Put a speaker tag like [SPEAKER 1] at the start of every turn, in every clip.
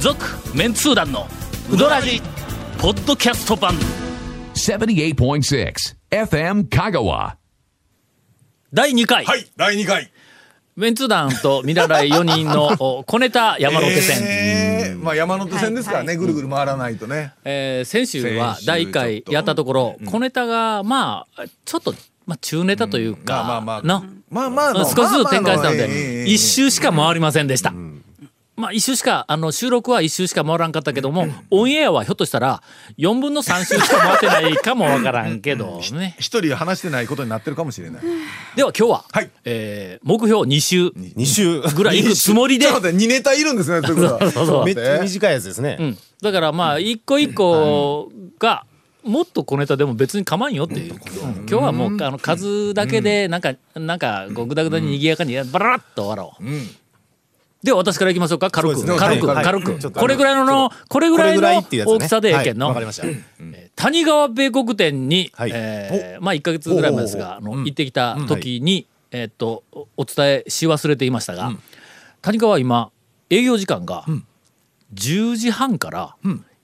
[SPEAKER 1] 続メンツー団のウドラジポッドキャスト版
[SPEAKER 2] 78.6 FM Kagawa.
[SPEAKER 1] 第2回、
[SPEAKER 3] はい、第2回。
[SPEAKER 1] メンツー団と見習い4人 のお小ネタ山手線、え
[SPEAKER 3] えーまあ山手線ですからね、ぐるぐる回らないとね。
[SPEAKER 1] ー先週は
[SPEAKER 3] 先週
[SPEAKER 1] 第1回やったところ小ネタがまあちょっと、まあ、中ネタというか、
[SPEAKER 3] まあまあまあ
[SPEAKER 1] な
[SPEAKER 3] まあまあの、
[SPEAKER 1] 少しずつ展開したの
[SPEAKER 3] まあまあえ
[SPEAKER 1] で、
[SPEAKER 3] え
[SPEAKER 1] 一周しか回りませんでした。まあ一周しか、あの、収録は一周しか回らんかったけども、オンエアはひょっとしたら、4分の3周しか回ってないかもわからんけどね。
[SPEAKER 3] 一人話してないことになってるかもしれない。
[SPEAKER 1] では今日は、
[SPEAKER 3] はい
[SPEAKER 1] えー目標2周
[SPEAKER 4] 二週
[SPEAKER 1] ぐらい行くつもりで、
[SPEAKER 3] ちょっと待って、2ネタいるんですね、ということは。
[SPEAKER 4] めっちゃ短いやつですね、
[SPEAKER 1] うんだからまあ一個一個がもっと小ネタでも別に構わんよっていうこと、今日はもうあの数だけでなんか、なんかこうグダグダに賑やかにバラッと終わろう、では私からいきましょうか軽く、
[SPEAKER 4] そうですね
[SPEAKER 1] 軽く、
[SPEAKER 4] はい
[SPEAKER 1] 軽く、
[SPEAKER 4] はいちょっと
[SPEAKER 1] これぐらいののこれぐ
[SPEAKER 4] こ
[SPEAKER 1] ら
[SPEAKER 4] れ
[SPEAKER 1] い
[SPEAKER 4] ぐらい
[SPEAKER 1] の
[SPEAKER 4] っていうやつね
[SPEAKER 1] 大きさでええけんの、
[SPEAKER 4] はいわかりました、
[SPEAKER 1] えー谷川米国店に、
[SPEAKER 4] はい
[SPEAKER 1] えーまあ1か月ぐらい前ですがあの行ってきた時に、えーっとおお伝えし忘れていましたが、谷川は今営業時間が10時半から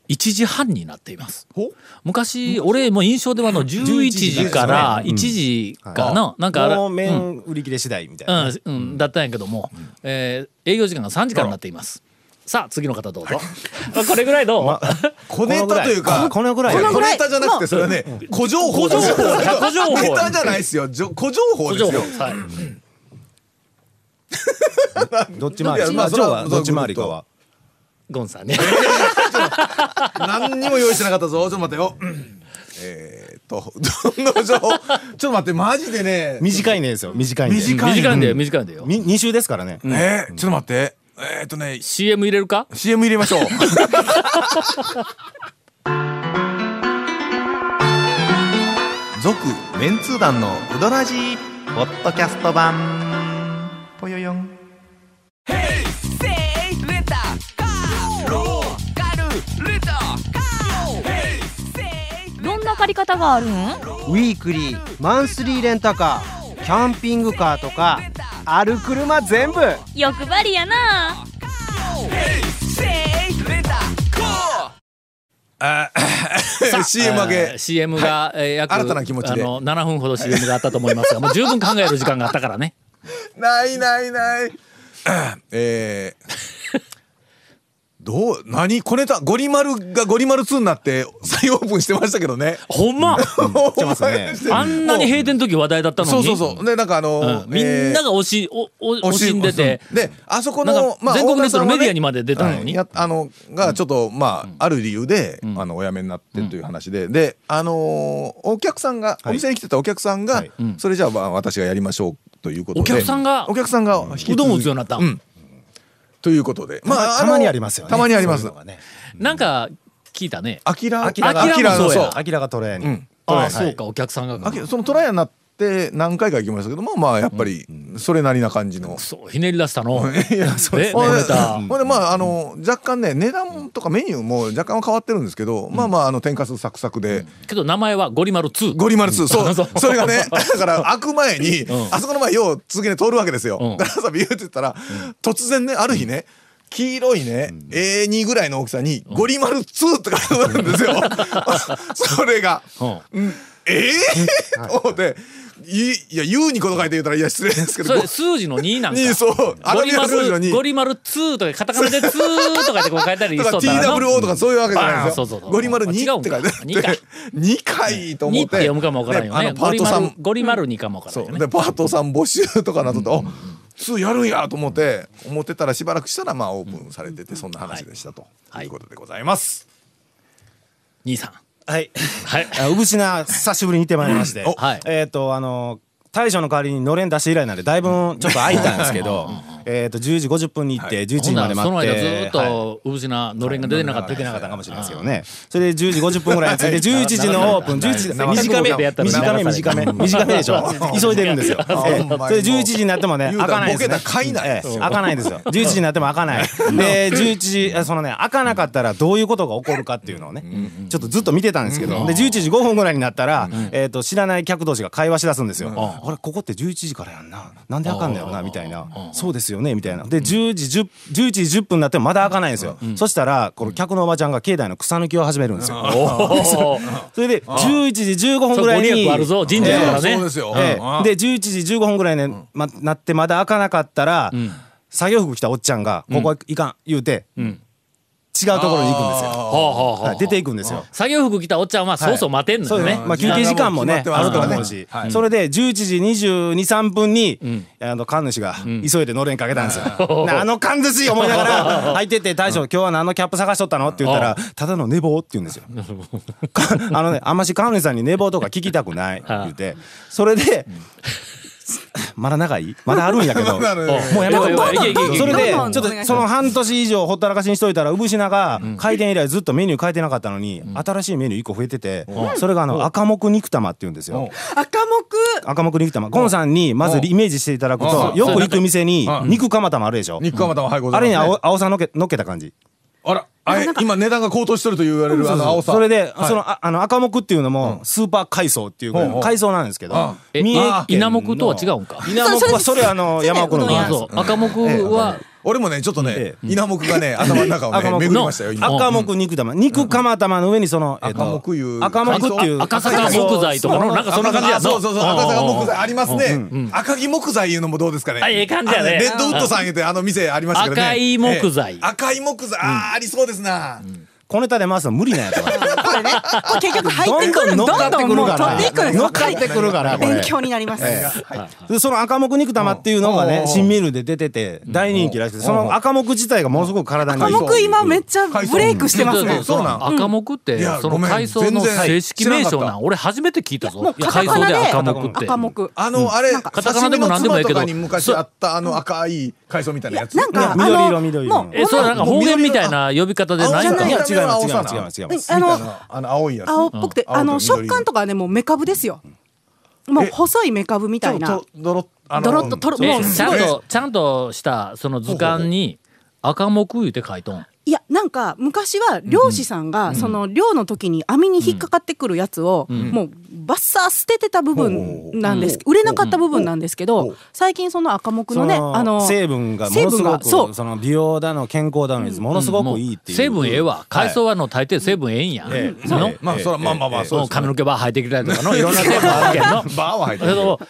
[SPEAKER 1] 1時半になっています。
[SPEAKER 3] ほ
[SPEAKER 1] 昔俺も印象ではあの11時から1時かななんかあれ
[SPEAKER 4] もう麺売り切れ次第みたいな、
[SPEAKER 1] うん、うん、だったんやけども、えー営業時間が3時間になっています。さあ次の方どうぞ。まあこれぐらいどう、
[SPEAKER 3] 小ネタというか、
[SPEAKER 4] このぐらい
[SPEAKER 3] 小
[SPEAKER 4] このぐらい
[SPEAKER 3] ネタじゃなくて、それはね、小情報ですよ。
[SPEAKER 1] 小情報小情報
[SPEAKER 3] ネタじゃないですよ。じょ小情報
[SPEAKER 1] ご
[SPEAKER 3] です
[SPEAKER 1] 情
[SPEAKER 3] よ
[SPEAKER 1] 報。はい
[SPEAKER 4] どっち回
[SPEAKER 3] い
[SPEAKER 4] り
[SPEAKER 3] や
[SPEAKER 4] ま
[SPEAKER 3] ま
[SPEAKER 4] あ
[SPEAKER 3] あ
[SPEAKER 4] ジ
[SPEAKER 3] そ
[SPEAKER 4] ョーは
[SPEAKER 3] れは
[SPEAKER 4] どっち回りかは
[SPEAKER 1] ゴンさんね。
[SPEAKER 3] 何にも用意してなかったぞ。ちょっと待ってよ。うんえーっと、どんな情報ちょ っと待って、マジでね。
[SPEAKER 4] 短いねですよ短いね
[SPEAKER 3] 短
[SPEAKER 1] 短いんだよ短いんだよ。
[SPEAKER 4] み二週ですからね、
[SPEAKER 3] えーちょっと待って。えーっとね、
[SPEAKER 1] CM 入れる か
[SPEAKER 3] CM 入れましょう。
[SPEAKER 5] 続メンツー団のウド ラジーポッドキャスト版ぽよよん
[SPEAKER 6] どんな借り方があるん
[SPEAKER 7] ウィークリーマンスリーレンタカーキャンピングカーとかある車全部
[SPEAKER 6] 欲張りやな
[SPEAKER 3] あ CM 明
[SPEAKER 1] え
[SPEAKER 3] け
[SPEAKER 1] ー CM が、えー約
[SPEAKER 3] 新たな気持ちで
[SPEAKER 1] あの7分ほど CM があったと思いますがもう十分考える時間があったからね
[SPEAKER 3] ないないない えー、どう何小ネタゴリ丸がゴリ丸2になって再オープンしてましたけどね
[SPEAKER 1] ほんま
[SPEAKER 4] てます ね
[SPEAKER 1] あんなに閉店の時話題だったの
[SPEAKER 3] そ
[SPEAKER 1] に
[SPEAKER 3] うそうそうでなんかあの、
[SPEAKER 1] うんみんなが惜しおお惜しんでて
[SPEAKER 3] であそこ
[SPEAKER 1] なん
[SPEAKER 3] の
[SPEAKER 1] か、全国ネットのメディアにまで出たの
[SPEAKER 3] うん
[SPEAKER 1] に、
[SPEAKER 3] やあのがちょっと、まあある理由で、あのお辞めになってという話で、であのーお客さんが、お店に来てたお客さんが、
[SPEAKER 4] はい
[SPEAKER 3] それじゃあ、まあ、私がやりましょうということで
[SPEAKER 1] お客さんが
[SPEAKER 3] お客さんが引き続き
[SPEAKER 1] うどんを打つようになった
[SPEAKER 3] うんということでま
[SPEAKER 4] た
[SPEAKER 3] の
[SPEAKER 4] まにありますよね
[SPEAKER 3] たまにあります
[SPEAKER 4] そういうのがね
[SPEAKER 1] なんか聞いたね
[SPEAKER 3] アキラア
[SPEAKER 1] キラがアキラもそうや
[SPEAKER 4] アキラがトレーに、
[SPEAKER 3] うん
[SPEAKER 1] あ
[SPEAKER 4] は
[SPEAKER 1] あ
[SPEAKER 4] い
[SPEAKER 1] そうかお客さんが
[SPEAKER 3] アキラそのトライアルになって何回か行きましたけどまあまあやっぱりそれなりな感じ の。
[SPEAKER 1] そうひねり出した の
[SPEAKER 3] いや
[SPEAKER 1] そう ですね
[SPEAKER 3] ほんで
[SPEAKER 1] ネタ
[SPEAKER 3] ほんでまああの若干ね値段とかメニューも若干は変わってるんですけど、まあまああの天かすサクサクで、
[SPEAKER 1] けど名前はゴリマル2
[SPEAKER 3] ゴリ丸2、そう、
[SPEAKER 1] そう
[SPEAKER 3] それがね、だから開く前に、あそこの前よう続けて通るわけですよ。
[SPEAKER 1] うん
[SPEAKER 3] ガラスビューって言ったら、突然ね、ある日ね、黄色いね、A2 ぐらいの大きさに、ゴリ丸2って書いてあるんですよ。それが。
[SPEAKER 1] うん
[SPEAKER 3] ええと思って、いいや、U にこと書いて言ったら、いや、失礼ですけ
[SPEAKER 1] そ
[SPEAKER 3] ど、
[SPEAKER 1] れ数字の2なんか
[SPEAKER 3] に、そう、ア
[SPEAKER 1] ゴ
[SPEAKER 3] ル
[SPEAKER 1] リ
[SPEAKER 3] ビ
[SPEAKER 1] マ
[SPEAKER 3] ア数字の
[SPEAKER 1] ル
[SPEAKER 3] に
[SPEAKER 1] ゴ、リマル2とかカタカナで2とかってこう書いたり
[SPEAKER 3] と
[SPEAKER 1] し
[SPEAKER 3] か
[SPEAKER 1] そうだな
[SPEAKER 3] TWO とかそういうわけじゃないで
[SPEAKER 1] バーン
[SPEAKER 3] す
[SPEAKER 1] そうそうそ
[SPEAKER 3] よ。
[SPEAKER 1] う
[SPEAKER 3] ゴリ丸
[SPEAKER 1] 違う
[SPEAKER 3] 2
[SPEAKER 1] ん
[SPEAKER 3] っ
[SPEAKER 1] か
[SPEAKER 3] て書いてあって
[SPEAKER 1] 二か、
[SPEAKER 3] 2回と思
[SPEAKER 1] 2
[SPEAKER 3] っ。
[SPEAKER 1] って読むかもわからんよ
[SPEAKER 3] で
[SPEAKER 1] ね
[SPEAKER 3] あのパートさん
[SPEAKER 1] ゴリマル2かもわからん
[SPEAKER 3] そ
[SPEAKER 1] よ
[SPEAKER 3] う
[SPEAKER 1] ね
[SPEAKER 3] でパートさん募集とかなっとって、あ通やるんやと思って思ってたらしばらくしたらまあオープンされててそんな話でしたと、
[SPEAKER 1] はい
[SPEAKER 3] い、うことでございます。
[SPEAKER 1] 兄さん
[SPEAKER 4] はい
[SPEAKER 1] はい
[SPEAKER 4] あ産品久しぶりに行ってまいりまして、
[SPEAKER 3] お
[SPEAKER 1] はい
[SPEAKER 4] えっ、とあの大将の代わりにのれん出して以来なんでだいぶちょっと空いたんですけどえっと10時50分に行って11
[SPEAKER 1] ほん
[SPEAKER 4] 時
[SPEAKER 1] な
[SPEAKER 4] ま
[SPEAKER 1] ら
[SPEAKER 4] で
[SPEAKER 1] そ
[SPEAKER 4] 待
[SPEAKER 1] の
[SPEAKER 4] っ
[SPEAKER 1] 間
[SPEAKER 4] て
[SPEAKER 1] ずーっ
[SPEAKER 4] はい
[SPEAKER 1] とうぶしなのれんが出てなかった
[SPEAKER 4] 出てなかったかもしれないですけどね。それで10時50分ぐらいに着いて、11時のオープン、11時、
[SPEAKER 1] 長い
[SPEAKER 4] 短め、
[SPEAKER 1] 長い
[SPEAKER 4] 短め、短め、 短めでしょ。急いでるんですよ。ええ
[SPEAKER 3] ほんま
[SPEAKER 4] そ
[SPEAKER 3] に
[SPEAKER 4] れで11時になってもね、
[SPEAKER 3] 言う
[SPEAKER 4] 開
[SPEAKER 3] たら
[SPEAKER 4] かないですね。
[SPEAKER 3] ボケたら買いない
[SPEAKER 4] ええ開かないですよ。11時になっても開かない。で、11時、えそのね、開かなかったらどういうことが起こるかっていうのをね、ちょっとずっと見てたんですけど、で、11時5分ぐらいになったら、えっと、知らない客同士が会話しだすんですよ。あれ、ここって11時からやんな。なんで開かんだよな、みたいな。そうですよ。よねみたいなで10時 10, 11時10分になってもまだ開かないんですよ、そしたらこの客のおばちゃんが境内の草抜きを始めるんですよ、
[SPEAKER 1] おお。
[SPEAKER 4] それで11時15分
[SPEAKER 1] そう
[SPEAKER 4] ぐ
[SPEAKER 1] ご
[SPEAKER 4] らいに
[SPEAKER 1] 利益あるぞ神社やから
[SPEAKER 3] そう
[SPEAKER 1] ね
[SPEAKER 3] で。すよ。
[SPEAKER 4] ええ
[SPEAKER 3] うん
[SPEAKER 4] で11時15分ぐらいに、ま、なってまだ開かなかったら、作業服着たおっちゃんが「ここはいかん」言うて、
[SPEAKER 1] ん
[SPEAKER 4] 違うところに行くんですよ、
[SPEAKER 1] ほうほうほ
[SPEAKER 4] は
[SPEAKER 1] う
[SPEAKER 4] い。出ていくんですよ。
[SPEAKER 1] 作業服着たおっちゃんはそうそう待てんの
[SPEAKER 4] そう
[SPEAKER 1] よ
[SPEAKER 4] ね
[SPEAKER 1] ね。
[SPEAKER 4] まあ、休憩時間もね
[SPEAKER 3] 時間も
[SPEAKER 4] ある
[SPEAKER 3] 決
[SPEAKER 4] と
[SPEAKER 3] まってますからね
[SPEAKER 4] 思うし、
[SPEAKER 3] はい
[SPEAKER 4] それで11時223分に、あの神主が急いでのれんかけたんですよ、なあの神主思いながら入ってって大将今日は何のキャップ探しとったのって言ったらただの寝坊って言うんですよか あのねあんまし神主さんに寝坊とか聞きたくないって言ってそれで、 まだ長いまだあるんやけど
[SPEAKER 3] まだある
[SPEAKER 4] もうやめと
[SPEAKER 1] い
[SPEAKER 4] こう
[SPEAKER 1] やいやいやいやいやいや
[SPEAKER 4] それでちょ
[SPEAKER 8] ど
[SPEAKER 4] っ
[SPEAKER 8] んどんお願
[SPEAKER 4] と
[SPEAKER 8] いします
[SPEAKER 4] その半年以上ほったらかしにしといたら産品が開店以来ずっとメニュー変えてなかったのに新しいメニュー1個増えててそれがあの赤目肉玉っていうんですよ
[SPEAKER 8] 赤目
[SPEAKER 4] 赤目肉玉ゴンさんにまずイメージしていただくと
[SPEAKER 3] うん
[SPEAKER 4] よく行く店に
[SPEAKER 3] うん
[SPEAKER 4] 肉釜玉あるでしょ
[SPEAKER 3] 肉釜玉はいござ
[SPEAKER 4] あ
[SPEAKER 3] いま
[SPEAKER 4] れ
[SPEAKER 3] す
[SPEAKER 4] に
[SPEAKER 3] ね
[SPEAKER 4] 青青さのっけのっけた感じ
[SPEAKER 3] あら、あれ今値段が高騰してると言われるあの青さ。
[SPEAKER 4] それで
[SPEAKER 3] はい
[SPEAKER 4] そのああの赤目っていうのもスーパー海藻っていうぐらいの海藻なんですけど
[SPEAKER 3] うん
[SPEAKER 1] え
[SPEAKER 4] 三重県の
[SPEAKER 1] あ稲目とは違うんか
[SPEAKER 4] 稲目はそれあの山奥の
[SPEAKER 8] うどん
[SPEAKER 1] あ
[SPEAKER 4] ね
[SPEAKER 8] 屋
[SPEAKER 1] そう赤目は
[SPEAKER 3] 俺もねちょっとね
[SPEAKER 4] え
[SPEAKER 3] 稲目がね頭の中を
[SPEAKER 4] 赤
[SPEAKER 3] ね
[SPEAKER 4] 目
[SPEAKER 3] 巡りましたよ今。
[SPEAKER 4] 赤目肉玉肉釜玉の上にそのえっと
[SPEAKER 3] 赤目いう
[SPEAKER 4] 赤目っていう
[SPEAKER 1] 赤坂木材とかのなんかそんな感じや
[SPEAKER 3] あそうそうそう
[SPEAKER 1] の
[SPEAKER 3] 赤坂木材ありますね。赤木木材いうのもどうですかね。
[SPEAKER 1] あええ感じやね
[SPEAKER 3] あのレッドウッドさん言うてあの店ありましたけどね。
[SPEAKER 1] 赤い木材
[SPEAKER 3] ええ赤い木材あーありそうですな。
[SPEAKER 4] 小ネタで回すの無理なんやと 思う
[SPEAKER 8] これねこれ結局入っ
[SPEAKER 4] ど
[SPEAKER 8] て
[SPEAKER 4] ん
[SPEAKER 8] くる
[SPEAKER 4] どん乗
[SPEAKER 8] ど
[SPEAKER 4] っか
[SPEAKER 8] ん
[SPEAKER 4] って
[SPEAKER 8] ど
[SPEAKER 4] く
[SPEAKER 8] んも
[SPEAKER 4] る
[SPEAKER 8] う
[SPEAKER 4] か
[SPEAKER 8] 取っていくん
[SPEAKER 4] ら
[SPEAKER 8] です
[SPEAKER 4] 乗
[SPEAKER 8] よ
[SPEAKER 4] っかってくるからこれ
[SPEAKER 8] 勉強になります
[SPEAKER 4] でその赤目肉玉っていうのがね新メニューで出てて大人気らしくてその赤目自体がものすごく体にいい
[SPEAKER 8] 赤目今めっちゃブレイクしてますね
[SPEAKER 3] そうなん
[SPEAKER 1] 赤目って
[SPEAKER 3] いや
[SPEAKER 1] そ
[SPEAKER 3] ご
[SPEAKER 1] の
[SPEAKER 3] めん
[SPEAKER 1] 海藻の
[SPEAKER 3] 全然
[SPEAKER 1] 正式名称
[SPEAKER 3] 知らな
[SPEAKER 1] な
[SPEAKER 3] か
[SPEAKER 1] ん俺初めて聞いたぞ
[SPEAKER 8] もうカタ
[SPEAKER 1] 海
[SPEAKER 8] カ
[SPEAKER 1] 藻
[SPEAKER 8] ナ
[SPEAKER 1] で
[SPEAKER 8] で
[SPEAKER 1] 赤目って
[SPEAKER 8] 赤目
[SPEAKER 3] あのあれ
[SPEAKER 8] カ
[SPEAKER 1] タカナでも何でもええけど
[SPEAKER 3] 刺身の妻とかに昔あったあの赤い海藻みたいなやつ。
[SPEAKER 8] なんかあ
[SPEAKER 4] ね緑色
[SPEAKER 8] の
[SPEAKER 4] 緑色
[SPEAKER 8] もう
[SPEAKER 1] えそれなんか方言みたいな呼び方でないんか
[SPEAKER 3] 青
[SPEAKER 4] い
[SPEAKER 3] じゃ
[SPEAKER 4] や
[SPEAKER 3] な
[SPEAKER 4] 違います違います違います違います
[SPEAKER 8] あ
[SPEAKER 3] みたい
[SPEAKER 8] の
[SPEAKER 3] なあの青いやつ。
[SPEAKER 8] 青っぽくて
[SPEAKER 3] うん
[SPEAKER 8] あの
[SPEAKER 3] 青と緑
[SPEAKER 8] 食感とかはねもうメカブですよもう
[SPEAKER 3] え
[SPEAKER 8] 細いメカブみたいな
[SPEAKER 3] ちょっとドロッあの
[SPEAKER 8] ドロッととろも
[SPEAKER 1] え
[SPEAKER 8] う
[SPEAKER 1] ち
[SPEAKER 8] す
[SPEAKER 1] ゃ
[SPEAKER 8] ご
[SPEAKER 1] ん
[SPEAKER 8] い
[SPEAKER 1] とちゃんとしたその図鑑に赤目言うて書いとん
[SPEAKER 8] いやなんか昔は漁師さんがその漁の時に網に引っかかってくるやつをもうバッサー捨ててた部分なんです売れなかった部分なんですけど最近その赤目のねあの
[SPEAKER 4] 成分がものすごく
[SPEAKER 8] 成分がそ
[SPEAKER 4] そうの美容だの健康だのにものすごくいいっていう
[SPEAKER 1] 成分ええわ海藻はの大抵成分ええんや
[SPEAKER 4] ええ
[SPEAKER 1] その
[SPEAKER 4] ええ
[SPEAKER 3] まあそらまあまあまあそう
[SPEAKER 1] も
[SPEAKER 3] で
[SPEAKER 1] う
[SPEAKER 3] すよ
[SPEAKER 1] 髪の毛ば生えてきたりとか のいろんな成分あるけんの
[SPEAKER 3] バーは入って
[SPEAKER 1] け
[SPEAKER 3] る。
[SPEAKER 1] ど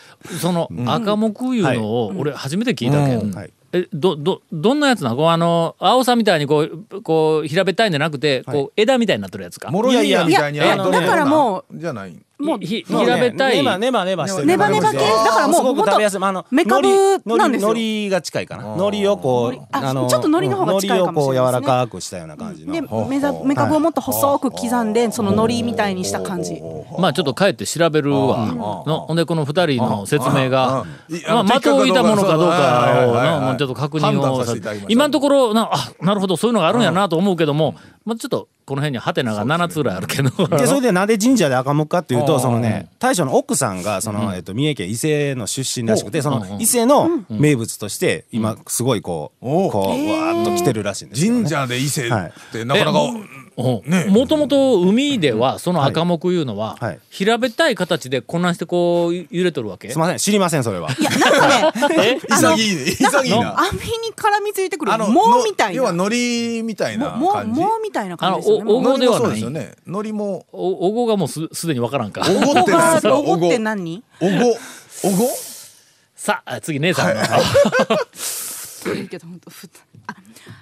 [SPEAKER 1] その赤目いうのを俺初めて聞いたけ
[SPEAKER 4] うんんはい
[SPEAKER 1] えどどどんなやつなのこうあの青さみたいにこうこう平べったいんじゃなくてこう枝みたいになってるやつか
[SPEAKER 3] モロヘイヤみたいに
[SPEAKER 8] いやいや
[SPEAKER 3] あのどんな
[SPEAKER 8] だからも
[SPEAKER 3] じゃない。
[SPEAKER 8] もう
[SPEAKER 1] ひひ
[SPEAKER 4] もうね
[SPEAKER 1] 平べったい
[SPEAKER 4] ネバネバネバしてる
[SPEAKER 8] ネバネバ系だからもう
[SPEAKER 4] すごく食べやすいあの
[SPEAKER 8] メカブ
[SPEAKER 4] 海苔
[SPEAKER 8] なんですよ
[SPEAKER 4] 海苔が近いかな海苔をこう
[SPEAKER 8] あちょっと海苔の方が近いかもしれないです
[SPEAKER 4] 海
[SPEAKER 8] ね
[SPEAKER 4] 苔をこう柔らかくしたような感じの
[SPEAKER 8] でメザメカブをもっと細く刻んでその海苔みたいにした感じ
[SPEAKER 1] まあちょっと帰って調べるわのほんでこの二人の説明が
[SPEAKER 3] うんうん
[SPEAKER 1] まあ
[SPEAKER 3] うん
[SPEAKER 1] 的を置いたものかどうか
[SPEAKER 3] はいはいはい
[SPEAKER 1] を
[SPEAKER 3] はい
[SPEAKER 1] なもうちょっと確認
[SPEAKER 3] 判断
[SPEAKER 1] を
[SPEAKER 3] させていただきましょう
[SPEAKER 1] 今のところなあなるほどそういうのがあるんやなと思うけどもまあちょっとこの辺にハテナが7つぐらいあるけど
[SPEAKER 4] でそれでなんで神社で赤目かっていうとそのね大将の奥さんがその、えっと、三重県伊勢の出身らしくてその伊勢の名物として今すごいこう、
[SPEAKER 3] おう
[SPEAKER 4] こうわーっと来てるらしいんですよ、ね、
[SPEAKER 3] 神社で伊勢ってなかなか
[SPEAKER 1] も
[SPEAKER 3] ねえ
[SPEAKER 1] ともと海ではその赤目いうのは
[SPEAKER 4] はい
[SPEAKER 1] 平べったい形でこんなんしてこう揺れとるわけ
[SPEAKER 4] すいません知りませんそれはい
[SPEAKER 8] やなんか
[SPEAKER 1] え
[SPEAKER 8] ねあの
[SPEAKER 3] 潔いね潔いな。
[SPEAKER 8] 網に絡みついてくる
[SPEAKER 3] あの
[SPEAKER 8] も
[SPEAKER 3] の
[SPEAKER 8] うみたい
[SPEAKER 3] 要は
[SPEAKER 8] な
[SPEAKER 3] 海苔みたいな
[SPEAKER 8] もう
[SPEAKER 3] 感じ。
[SPEAKER 8] もうみたいな感じですよ
[SPEAKER 1] あ
[SPEAKER 8] ね
[SPEAKER 1] のおお
[SPEAKER 8] もう
[SPEAKER 1] もうではない
[SPEAKER 3] 海苔もそうですよね。海苔も
[SPEAKER 1] おおごがもうすすでにわからんか
[SPEAKER 3] おごってな
[SPEAKER 8] おご
[SPEAKER 3] いです
[SPEAKER 8] が
[SPEAKER 3] か
[SPEAKER 8] お
[SPEAKER 3] お
[SPEAKER 8] ご
[SPEAKER 3] ご
[SPEAKER 8] って何
[SPEAKER 3] おごおご
[SPEAKER 1] さあ次姉さんの
[SPEAKER 8] いいけど本当ふあ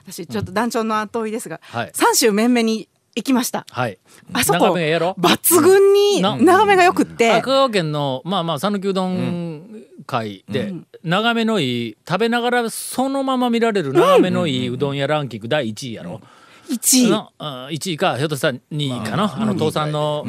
[SPEAKER 8] 私ちょっと団長の後追いですが、
[SPEAKER 1] はい
[SPEAKER 8] 三州面々に行きました
[SPEAKER 1] はい
[SPEAKER 8] あそこ
[SPEAKER 1] 眺めええやろ
[SPEAKER 8] 抜群に
[SPEAKER 1] な
[SPEAKER 8] 眺めがよくって
[SPEAKER 1] 香川県のまあまあ讃岐うどん会で、眺めのいい食べながらそのまま見られる眺めのいいうどん屋ランキング第1位やろ、
[SPEAKER 8] 一位
[SPEAKER 1] のあ1位かひょっとしたら2位かな、あの倒産の、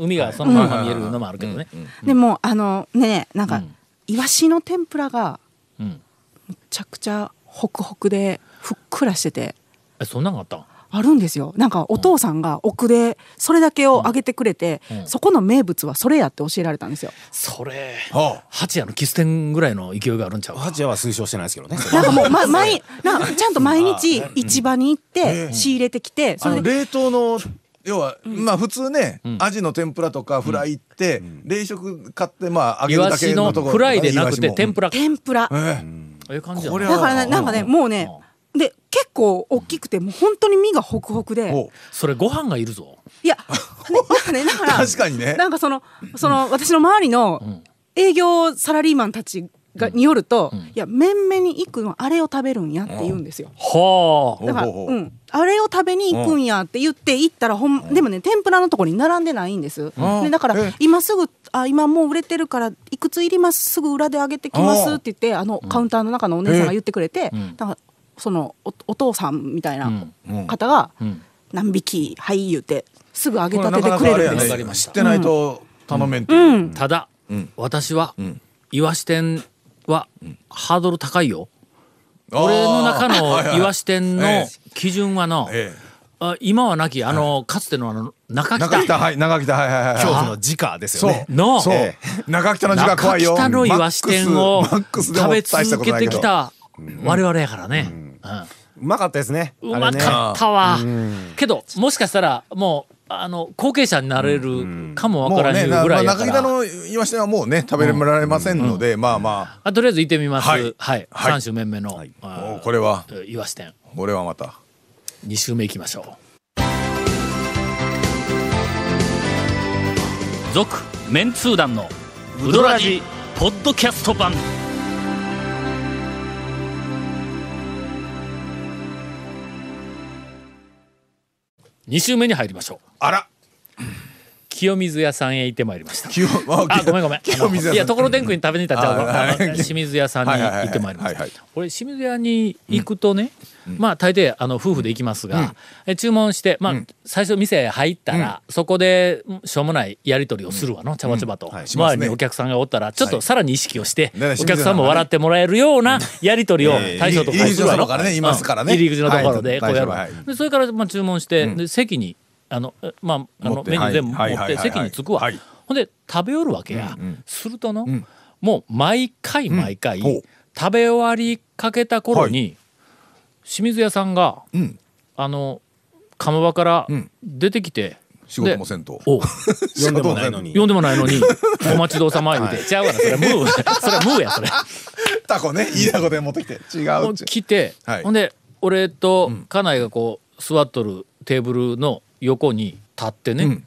[SPEAKER 1] 海がそのまま見えるのもあるけどね、
[SPEAKER 8] でもあのねなんか、イワシの天ぷらが
[SPEAKER 1] うん
[SPEAKER 8] めちゃくちゃホクホクでふっくらしてて
[SPEAKER 1] えそんなんがあったん
[SPEAKER 8] あるんですよなんかお父さんが奥でそれだけをあげてくれて、
[SPEAKER 1] うん
[SPEAKER 8] そこの名物はそれやって教えられたんですよ
[SPEAKER 1] それ
[SPEAKER 3] は
[SPEAKER 1] 八谷のキス店ぐらいの勢いがあるんちゃうか
[SPEAKER 4] 八夜は推奨してないですけどね
[SPEAKER 8] なんかもう、ま、毎なんかちゃんと毎日市場に行って仕入れてきて
[SPEAKER 3] あ
[SPEAKER 8] それ
[SPEAKER 3] の
[SPEAKER 8] で
[SPEAKER 3] 冷凍の要はまあ普通ねアジの天ぷらとかフライって冷食買ってまあ揚げ
[SPEAKER 1] イ
[SPEAKER 3] る
[SPEAKER 1] ワ
[SPEAKER 3] だけ
[SPEAKER 1] シの
[SPEAKER 3] のところ
[SPEAKER 1] フライでなくて
[SPEAKER 3] イワシも
[SPEAKER 1] 天ぷら
[SPEAKER 8] 天ぷら
[SPEAKER 3] ええ
[SPEAKER 1] ええ感じや
[SPEAKER 3] これ
[SPEAKER 1] な
[SPEAKER 3] は
[SPEAKER 8] だからねなんかねもうねで結構大きくてもう本当に身がホクホクで
[SPEAKER 3] お
[SPEAKER 1] それご飯がいるぞ
[SPEAKER 8] いやねなん かねだから
[SPEAKER 3] 確かにね
[SPEAKER 8] なんかそのその私の周りの営業サラリーマンたちがによると、いや面々に行くのはあれを食べるんやって言うんですよ。
[SPEAKER 1] は
[SPEAKER 8] だから、
[SPEAKER 3] ほうほうほ
[SPEAKER 8] う、
[SPEAKER 3] うん
[SPEAKER 8] あれを食べに行くんやって言って行ったらほん、でもね天ぷらのとこに並んでないんです、
[SPEAKER 3] ん
[SPEAKER 8] でだから
[SPEAKER 3] え
[SPEAKER 8] 今すぐあ今もう売れてるからいくついりますすぐ裏であげてきますって言ってあのカウンターの中のお姉さんが言ってくれて、
[SPEAKER 1] ん
[SPEAKER 8] だからそのおお父さんみたいな
[SPEAKER 3] うん
[SPEAKER 8] 方が
[SPEAKER 1] あ、うん、
[SPEAKER 8] 何匹はい言うてすぐ揚げ
[SPEAKER 3] これ
[SPEAKER 8] た
[SPEAKER 3] な
[SPEAKER 8] て
[SPEAKER 3] か
[SPEAKER 8] て
[SPEAKER 3] な
[SPEAKER 8] く
[SPEAKER 3] か
[SPEAKER 8] れ
[SPEAKER 3] あれ
[SPEAKER 8] る
[SPEAKER 3] や
[SPEAKER 8] んで
[SPEAKER 1] わ
[SPEAKER 8] す。
[SPEAKER 1] かり
[SPEAKER 3] ね
[SPEAKER 1] まし
[SPEAKER 3] 知
[SPEAKER 1] た
[SPEAKER 3] ってないと頼めんって
[SPEAKER 8] う、
[SPEAKER 3] いうん
[SPEAKER 1] ただ、
[SPEAKER 3] ん
[SPEAKER 1] 私は、
[SPEAKER 3] ん
[SPEAKER 1] イワシ店は、ハードル高いよ
[SPEAKER 3] あー
[SPEAKER 1] 俺の中のイワシ店
[SPEAKER 3] はいは
[SPEAKER 1] の
[SPEAKER 3] い
[SPEAKER 1] 基準はの、
[SPEAKER 3] ええ
[SPEAKER 1] あ今はなきあのかつてのあの中北
[SPEAKER 3] 中北はい長北はいはいはい
[SPEAKER 4] 恐怖の自家ですよ
[SPEAKER 3] そう
[SPEAKER 4] ね。
[SPEAKER 1] の
[SPEAKER 3] そう
[SPEAKER 4] え
[SPEAKER 3] 中北の字が
[SPEAKER 1] 中
[SPEAKER 3] 怖いよ
[SPEAKER 1] 北のイワシ店を
[SPEAKER 3] マックスマ
[SPEAKER 1] 食
[SPEAKER 3] ッ
[SPEAKER 1] べ
[SPEAKER 3] クスでも大した
[SPEAKER 1] 続
[SPEAKER 3] こと
[SPEAKER 1] け
[SPEAKER 3] ない
[SPEAKER 1] て
[SPEAKER 3] けど
[SPEAKER 1] きた我々やからね、うん
[SPEAKER 4] うまかったですね。
[SPEAKER 1] うま
[SPEAKER 4] あれね
[SPEAKER 1] かったわ、けどもしかしたらもうあの後継者になれるかもわ
[SPEAKER 3] も
[SPEAKER 1] か
[SPEAKER 3] う
[SPEAKER 1] らんい
[SPEAKER 3] ね
[SPEAKER 1] う
[SPEAKER 3] な
[SPEAKER 1] ぐ
[SPEAKER 3] ま
[SPEAKER 1] ら
[SPEAKER 3] あ
[SPEAKER 1] いやか
[SPEAKER 3] 中
[SPEAKER 1] ら、
[SPEAKER 3] 北のイワシ店はもうね食べられませんのでまあま
[SPEAKER 1] あとりあえず行ってみますは
[SPEAKER 3] はいい、はい
[SPEAKER 1] 3週目目の、
[SPEAKER 3] あ
[SPEAKER 1] あー
[SPEAKER 3] もうこれは
[SPEAKER 1] イワシ店
[SPEAKER 3] これはまた
[SPEAKER 1] 2週目行きましょう続メンツー団のウドラジポッドキャスト版2週目に入りましょう
[SPEAKER 3] あら
[SPEAKER 1] 清水屋さんへ行ってまいりました
[SPEAKER 3] 清
[SPEAKER 1] あごめん ごめん
[SPEAKER 3] 清水
[SPEAKER 1] あの
[SPEAKER 3] 屋
[SPEAKER 1] いや
[SPEAKER 3] さ
[SPEAKER 1] と
[SPEAKER 3] ん
[SPEAKER 1] ころてんくに食べに行ったんちゃう
[SPEAKER 3] うん
[SPEAKER 1] わ
[SPEAKER 3] あ
[SPEAKER 1] あの
[SPEAKER 3] はい
[SPEAKER 1] 清水屋さんに
[SPEAKER 3] はいはいはい
[SPEAKER 1] 行ってまいりまし
[SPEAKER 3] はいは
[SPEAKER 1] た
[SPEAKER 3] い
[SPEAKER 1] 俺清水屋に行くとね、まあ大抵あの夫婦で行きますが、え注文して、まあ最初店へ入ったら、そこでうんしょうもないやり取りをするわの、ちゃばちゃばと、
[SPEAKER 3] しますね
[SPEAKER 1] 周りにお客さんがおったらちょっとさらに意識をして、
[SPEAKER 3] ね
[SPEAKER 1] お客さんも笑ってもらえるようなやり取りを大将とか
[SPEAKER 3] 入り
[SPEAKER 1] するわの
[SPEAKER 3] 入り口のとこからねいますからね
[SPEAKER 1] うん入り口のところ
[SPEAKER 3] は
[SPEAKER 1] で
[SPEAKER 3] い
[SPEAKER 1] こうやる、
[SPEAKER 3] 大将は
[SPEAKER 1] でそれからまあ注文して、で席にあのえまああ
[SPEAKER 3] 持
[SPEAKER 1] の
[SPEAKER 3] って
[SPEAKER 1] メニュー全部持
[SPEAKER 3] はい
[SPEAKER 1] っ
[SPEAKER 3] はい
[SPEAKER 1] て
[SPEAKER 3] はいはい
[SPEAKER 1] 席に着くわ、
[SPEAKER 3] はい
[SPEAKER 1] ほんで食べよるわけや、するとの、もう毎回毎回、
[SPEAKER 3] ほう
[SPEAKER 1] 食べ終わりかけた頃に、清水屋さんが、
[SPEAKER 3] ん
[SPEAKER 1] あの釜場から
[SPEAKER 3] ん
[SPEAKER 1] 出てきて、
[SPEAKER 3] 仕事もせんと
[SPEAKER 1] おう
[SPEAKER 4] 呼んでもないのに。
[SPEAKER 1] 呼んでもないのに「お待ちどうさま」言うて「ちゃうわなそれムーそれムーやそれ」
[SPEAKER 3] タコねいいタコで持ってきて違うっち
[SPEAKER 1] 来て、
[SPEAKER 3] はい
[SPEAKER 1] ほんで俺と家内がこう座っとるテーブルの横に立ってね、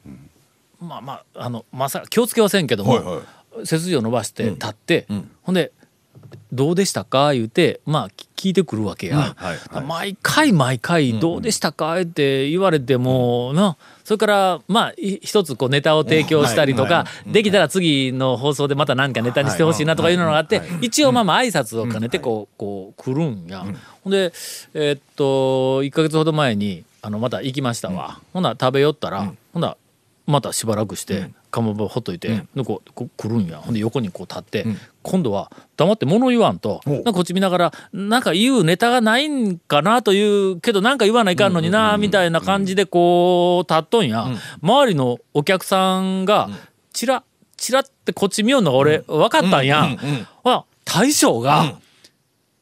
[SPEAKER 1] まあまああのまさか気をつけはせんけども、
[SPEAKER 3] はいはい
[SPEAKER 1] 背筋を伸ばして立って、ほんで「どうでしたか?」言うてまあき聞いてくるわけや、毎回毎回「どうでしたか?」って言われても、なそれからまあい一つこうネタを提供したりとか、できたら次の放送でまた何かネタにしてほしいなとかいうのがあって、一応まあまあ挨拶を兼ねてこうこう来るんや、ほんでえーっと1ヶ月ほど前にあのまた行きましたわ、ほんなら食べよったら、ほんならまたしばらくして釜場ほっといて、でこうこう来るんやほんで横にこう立って、今度は黙って物言わんとなんかこっち見ながらなんか言うネタがないんかなというけどなんか言わないかんのになみたいな感じでこう立っとんや、周りのお客さんがチラチラってこっち見よんのが俺分かったんや、あ大将が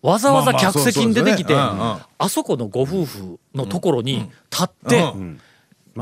[SPEAKER 1] わざわざ客席に出てきて
[SPEAKER 3] まあまあそうそうですねうんうん
[SPEAKER 1] あそこのご夫婦のところに立って。
[SPEAKER 3] うん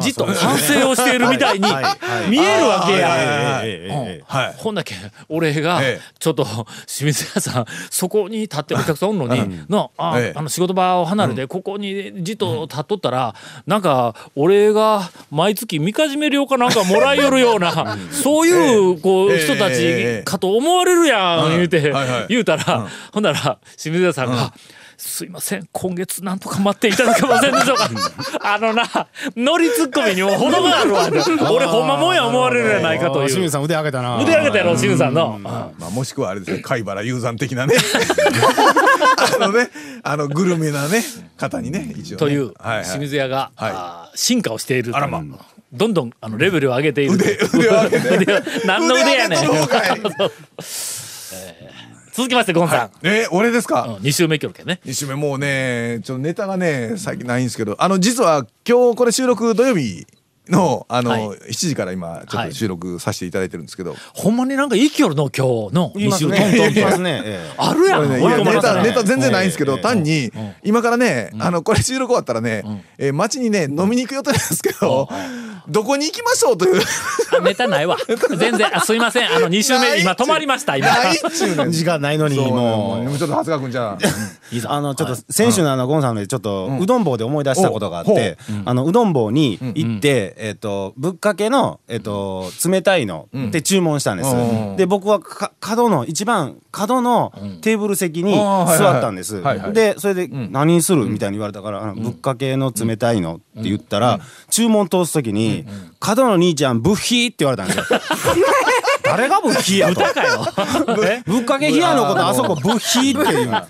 [SPEAKER 1] じっと反省をしているみたいに
[SPEAKER 4] はいはい
[SPEAKER 1] 見えるわけや。
[SPEAKER 4] ええええええええ
[SPEAKER 3] はい
[SPEAKER 1] ほんだけ俺が
[SPEAKER 3] ええ
[SPEAKER 1] ちょっと清水屋さんそこに立ってお客さんおんのになあ
[SPEAKER 3] ええ
[SPEAKER 1] あの仕事場を離れてここにじっと立っとったらなんか俺が毎月みかじめ料かなんかもらいよるようなそういうこ
[SPEAKER 3] え
[SPEAKER 1] う
[SPEAKER 3] え
[SPEAKER 1] 人た
[SPEAKER 3] えええ
[SPEAKER 1] ち
[SPEAKER 3] え
[SPEAKER 1] かと思われるやん
[SPEAKER 3] うん
[SPEAKER 1] 言うて
[SPEAKER 3] はいはい
[SPEAKER 1] 言うたらほんなら清水屋さんが「すいません今月なんとか待っていただけませんでしょうかあのなノリツッコミにも程があるわ俺ほんまもんや思われるやないかと
[SPEAKER 4] あ
[SPEAKER 1] い
[SPEAKER 4] 清
[SPEAKER 1] う
[SPEAKER 4] 水さん腕上げたな。
[SPEAKER 1] 腕上げたやろ清水さんの。うん
[SPEAKER 3] まあ、もしくはあれですね貝原雄山 的なねあのねあのグルメなね方にね一応ね
[SPEAKER 1] という
[SPEAKER 3] はいはい、
[SPEAKER 1] 清水屋が、
[SPEAKER 3] はい
[SPEAKER 1] あー進化をしているという
[SPEAKER 3] あらま
[SPEAKER 1] どんどんあのレベルを上げている
[SPEAKER 3] 腕 腕を上げて
[SPEAKER 1] 腕を何の腕やね ん
[SPEAKER 3] 腕上げとる方がいい
[SPEAKER 1] 続きましてゴンさ
[SPEAKER 3] えー俺です
[SPEAKER 1] ん、
[SPEAKER 3] か、
[SPEAKER 1] うん、2週目今日ね
[SPEAKER 3] 一週目もうねちょっとネタがね最近ないんですけどあの実は今日これ収録土曜日のあの、
[SPEAKER 1] は
[SPEAKER 3] 7時から今ちょっと収録させていただいてるんですけど、
[SPEAKER 1] ほんまになんか息よるの今日の
[SPEAKER 4] 言いますね
[SPEAKER 1] 二週トントン
[SPEAKER 4] 言いますねええ
[SPEAKER 1] あるやん
[SPEAKER 3] これねい
[SPEAKER 1] 追い
[SPEAKER 3] や
[SPEAKER 1] 込ま
[SPEAKER 3] ネ
[SPEAKER 1] れたら
[SPEAKER 3] タ
[SPEAKER 1] ね
[SPEAKER 3] ネタ全然ないんですけど、
[SPEAKER 4] ええ
[SPEAKER 3] 単に、
[SPEAKER 1] ん
[SPEAKER 3] 今からね、あのこれ収録終わったらね、えー街にね飲みに行く予定なんですけど、どこに行きましょうという
[SPEAKER 1] あネタない わ全然あすいませんあの2週目今止まりました今
[SPEAKER 3] ないっちゅうねん
[SPEAKER 4] 時間ないのに
[SPEAKER 3] そう
[SPEAKER 4] も
[SPEAKER 3] も
[SPEAKER 4] う
[SPEAKER 3] うちょっと長谷川君じゃあ
[SPEAKER 4] あのちょっと先週のあのゴンさんのでちょっとうどん坊で思い出したことがあっ
[SPEAKER 3] うん
[SPEAKER 4] て、あのうどん坊に行って、えっとぶっかけのえっと冷たいのって注文したんです。
[SPEAKER 3] うん
[SPEAKER 4] で僕はか角の一番角のテーブル席に
[SPEAKER 3] うんあーはいはい
[SPEAKER 4] 座ったんです
[SPEAKER 3] はいは。い
[SPEAKER 4] でそれで何するみたいに言われたからあのぶっかけの冷たいのって言ったら注文通すときに角の兄ちゃんブッヒーって言われたんですよ。 誰がブッヒーやと。
[SPEAKER 1] 豚かよ
[SPEAKER 4] ぶっかけ冷やのことあそこぶっひーっていうの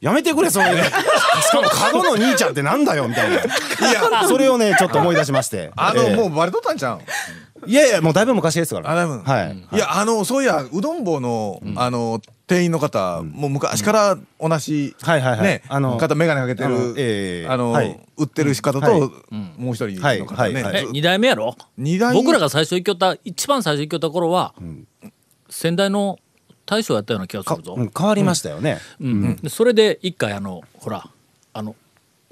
[SPEAKER 4] やめてくれそういう のしかも角の兄ちゃんってなんだよみたいないやそれをねちょっと思い出しま して
[SPEAKER 3] あの、
[SPEAKER 4] ええ
[SPEAKER 3] もうバレとったんじゃん
[SPEAKER 4] いやいやもうだいぶ昔ですから
[SPEAKER 3] あだいぶ
[SPEAKER 4] はい、
[SPEAKER 3] いやあのそういやうどん坊の、あの店員の方、もう昔から同じ、
[SPEAKER 4] はいはいはい
[SPEAKER 3] ね
[SPEAKER 4] あの
[SPEAKER 3] 方眼鏡かけて
[SPEAKER 4] あ
[SPEAKER 3] る
[SPEAKER 4] のええ
[SPEAKER 3] あの、
[SPEAKER 4] はい
[SPEAKER 3] 売ってる方と、
[SPEAKER 4] はい
[SPEAKER 3] もう一人の方ね、
[SPEAKER 4] はいはい
[SPEAKER 1] え
[SPEAKER 3] ず
[SPEAKER 1] 二代目やろ
[SPEAKER 3] 二代目
[SPEAKER 1] 僕らが最初行きよった一番最初行きよった頃は、先代の大将やったような気がす
[SPEAKER 4] か
[SPEAKER 1] るぞ、
[SPEAKER 4] うん変わりましたよね、
[SPEAKER 1] うんでそれで一回あのほらあの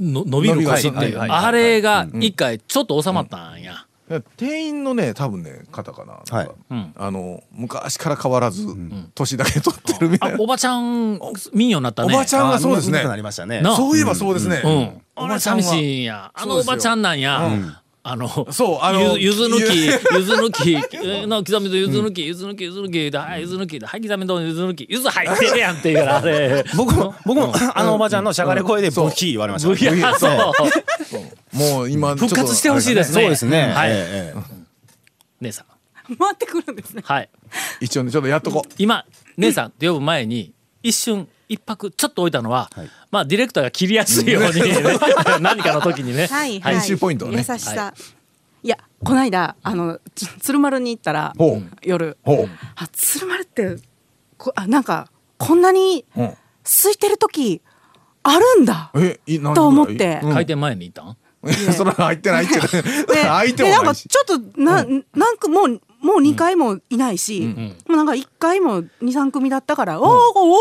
[SPEAKER 1] の伸びる腰って
[SPEAKER 3] 伸
[SPEAKER 1] い
[SPEAKER 3] び
[SPEAKER 1] う
[SPEAKER 3] る腰
[SPEAKER 1] あれが一回ちょっと収まったんや、
[SPEAKER 3] 店員のね多分ね方かななんか
[SPEAKER 4] はい
[SPEAKER 1] うん
[SPEAKER 3] あの昔から変わらず、年だけ取ってるみたい
[SPEAKER 1] あ
[SPEAKER 3] な、
[SPEAKER 1] おばちゃん民謡になったね
[SPEAKER 3] おばちゃんがそうですね
[SPEAKER 4] あんなくなりましたね
[SPEAKER 1] なあ
[SPEAKER 3] そういえばそうですね、
[SPEAKER 1] うん、
[SPEAKER 3] お
[SPEAKER 1] あ
[SPEAKER 3] ば
[SPEAKER 1] れ
[SPEAKER 3] ちゃん
[SPEAKER 1] 寂
[SPEAKER 3] は
[SPEAKER 1] しいんやあのおばちゃんなんや、あの
[SPEAKER 3] そうあの
[SPEAKER 1] ゆゆず抜きゆず抜きえーの刻みとゆず抜きゆず抜きゆず抜きではいゆず抜きではい刻みとゆず抜きゆず入ってるやんっていうからあれ
[SPEAKER 4] 僕も僕もあのおばちゃんのしゃがれ声でブッヒー言われましたね、
[SPEAKER 1] いやそう
[SPEAKER 3] もう今ちょっと
[SPEAKER 1] 復活してほしいですね
[SPEAKER 4] そうですね、
[SPEAKER 1] はい
[SPEAKER 4] ええええ
[SPEAKER 1] 姉さん
[SPEAKER 8] 回ってくるんです ね
[SPEAKER 1] はい
[SPEAKER 3] 一応ねちょっとやっとこう
[SPEAKER 1] 今姉さんって呼ぶ前に一瞬一泊ちょっと置いたのは、
[SPEAKER 4] はい
[SPEAKER 1] まあディレクターが切りやすいように、 何かの時にね
[SPEAKER 8] はい、
[SPEAKER 3] 編集ポイントをね
[SPEAKER 8] 優しさ、、
[SPEAKER 1] はい
[SPEAKER 8] やこないだあのつ鶴丸に行ったら
[SPEAKER 3] ほう
[SPEAKER 8] 夜
[SPEAKER 3] ほう
[SPEAKER 8] あ鶴丸ってこあなんかこんなに
[SPEAKER 3] うん
[SPEAKER 8] 空いてる時あるんだ
[SPEAKER 3] えい何
[SPEAKER 8] と思って
[SPEAKER 3] うん
[SPEAKER 1] 開店前にいたん
[SPEAKER 3] いや それは入って ないっちゅうね入っても
[SPEAKER 8] でな
[SPEAKER 3] な
[SPEAKER 8] んか
[SPEAKER 3] いし
[SPEAKER 8] ちょっとな,、ん、なんかもうもう2回もいないし、もうなんか1回も23組だったから、おーおー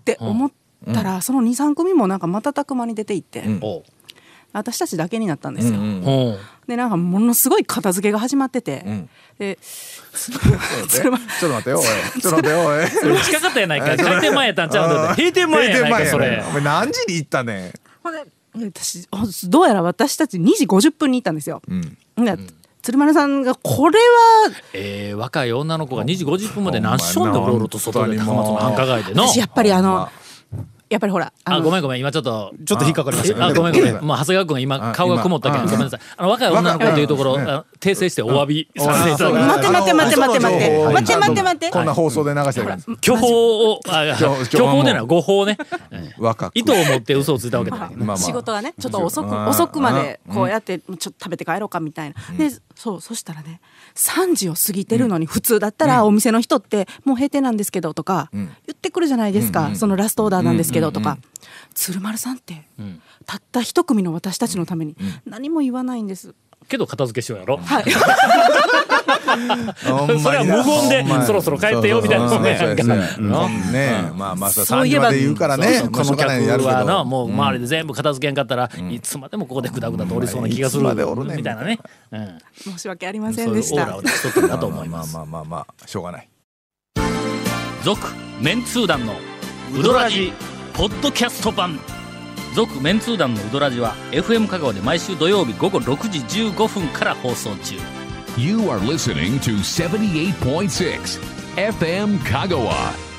[SPEAKER 8] って思ったら、その23組もなんか瞬く間に出ていって、
[SPEAKER 3] ん
[SPEAKER 1] おう
[SPEAKER 8] 私たちだけになったんですよ。
[SPEAKER 1] おう
[SPEAKER 8] でなんかものすごい片付けが始まってて、
[SPEAKER 3] ん
[SPEAKER 8] で
[SPEAKER 3] ちょ っと待ってよおいちょっと待ってよおい
[SPEAKER 1] 近かったやないか開店前やったんちゃうんだって閉店前やないかそ
[SPEAKER 3] 閉店前や
[SPEAKER 1] れ
[SPEAKER 3] ねお前何時に行ったね
[SPEAKER 8] ほんで私ほんどうやら私たち2時50分に行ったんですよ。
[SPEAKER 3] うん
[SPEAKER 8] で鶴丸さんがこれは
[SPEAKER 1] えー、若い女の子が2時50分まで何しょんでおろおろと外で高松の繁華街での
[SPEAKER 8] 私やっぱりあのやっぱりほら
[SPEAKER 1] あ
[SPEAKER 8] の
[SPEAKER 1] ごめんごめん今ちょっと
[SPEAKER 4] ちょっと引っかかりまし
[SPEAKER 1] え
[SPEAKER 4] た
[SPEAKER 1] あ
[SPEAKER 4] ね
[SPEAKER 1] ごめんごめん、まあ、長谷川君が今
[SPEAKER 3] あ
[SPEAKER 1] 顔が曇ったけど
[SPEAKER 3] 今
[SPEAKER 1] ごめんなさいあの若い女の子というところ、
[SPEAKER 3] うん
[SPEAKER 1] あの訂正してお詫びさせていただきます
[SPEAKER 8] 待って待って待って待って
[SPEAKER 3] あ
[SPEAKER 8] 待って
[SPEAKER 3] の
[SPEAKER 8] 待って待って待って
[SPEAKER 3] こんな放送で流してるんです
[SPEAKER 1] 巨峰 をあ
[SPEAKER 3] 巨峰
[SPEAKER 1] 巨峰でない誤報ねええ
[SPEAKER 3] 若く
[SPEAKER 1] 糸を持って嘘をついたわけだからね
[SPEAKER 3] まあまあ
[SPEAKER 8] 仕事がねちょっと遅く
[SPEAKER 3] うん
[SPEAKER 8] 遅くまでこうやってちょっと食べて帰ろうかみたいな、でそうそしたらね3時を過ぎてるのに普通だったらお店の人って「もう閉店なんですけど」とか言ってくるじゃないですか、そのラストオーダーなんですけどとか、鶴丸さんって、たった一組の私たちのために何も言わないんです。
[SPEAKER 1] けど片付けしようやろ、
[SPEAKER 8] はい、
[SPEAKER 1] それ
[SPEAKER 3] ほんまにな
[SPEAKER 1] は無言で
[SPEAKER 3] ほんまに
[SPEAKER 1] そろそろ帰ってよみたいな
[SPEAKER 3] そうそうそう
[SPEAKER 1] そうですね
[SPEAKER 3] そうですねうんねまあまあ
[SPEAKER 1] そ
[SPEAKER 3] そうう
[SPEAKER 1] い
[SPEAKER 3] い
[SPEAKER 1] え
[SPEAKER 3] え
[SPEAKER 1] ば
[SPEAKER 3] ばで言うからね
[SPEAKER 1] そうそうこの
[SPEAKER 3] しょうが
[SPEAKER 1] 客
[SPEAKER 3] ないやるけど
[SPEAKER 1] はなもう周りで全部片付けんかったら、いつまでもここでグダグダ通りそうな気がする、
[SPEAKER 3] うんいつまでおるねん
[SPEAKER 1] みたいなね、うん、
[SPEAKER 8] 申し訳あり
[SPEAKER 1] そ
[SPEAKER 8] ま
[SPEAKER 1] う
[SPEAKER 8] せ
[SPEAKER 1] い
[SPEAKER 8] ん
[SPEAKER 1] うオ
[SPEAKER 8] でし
[SPEAKER 1] ー
[SPEAKER 8] た
[SPEAKER 1] ラを。出しとったんだと思います
[SPEAKER 3] まあまあまあまあしょうがない
[SPEAKER 1] 続メンツー団のウドラジポッドキャスト版続メンツー団のウドラジは FM 香川で毎週土曜日午後6時15分から放送中
[SPEAKER 2] You are listening to 78.6 FM Kagawa.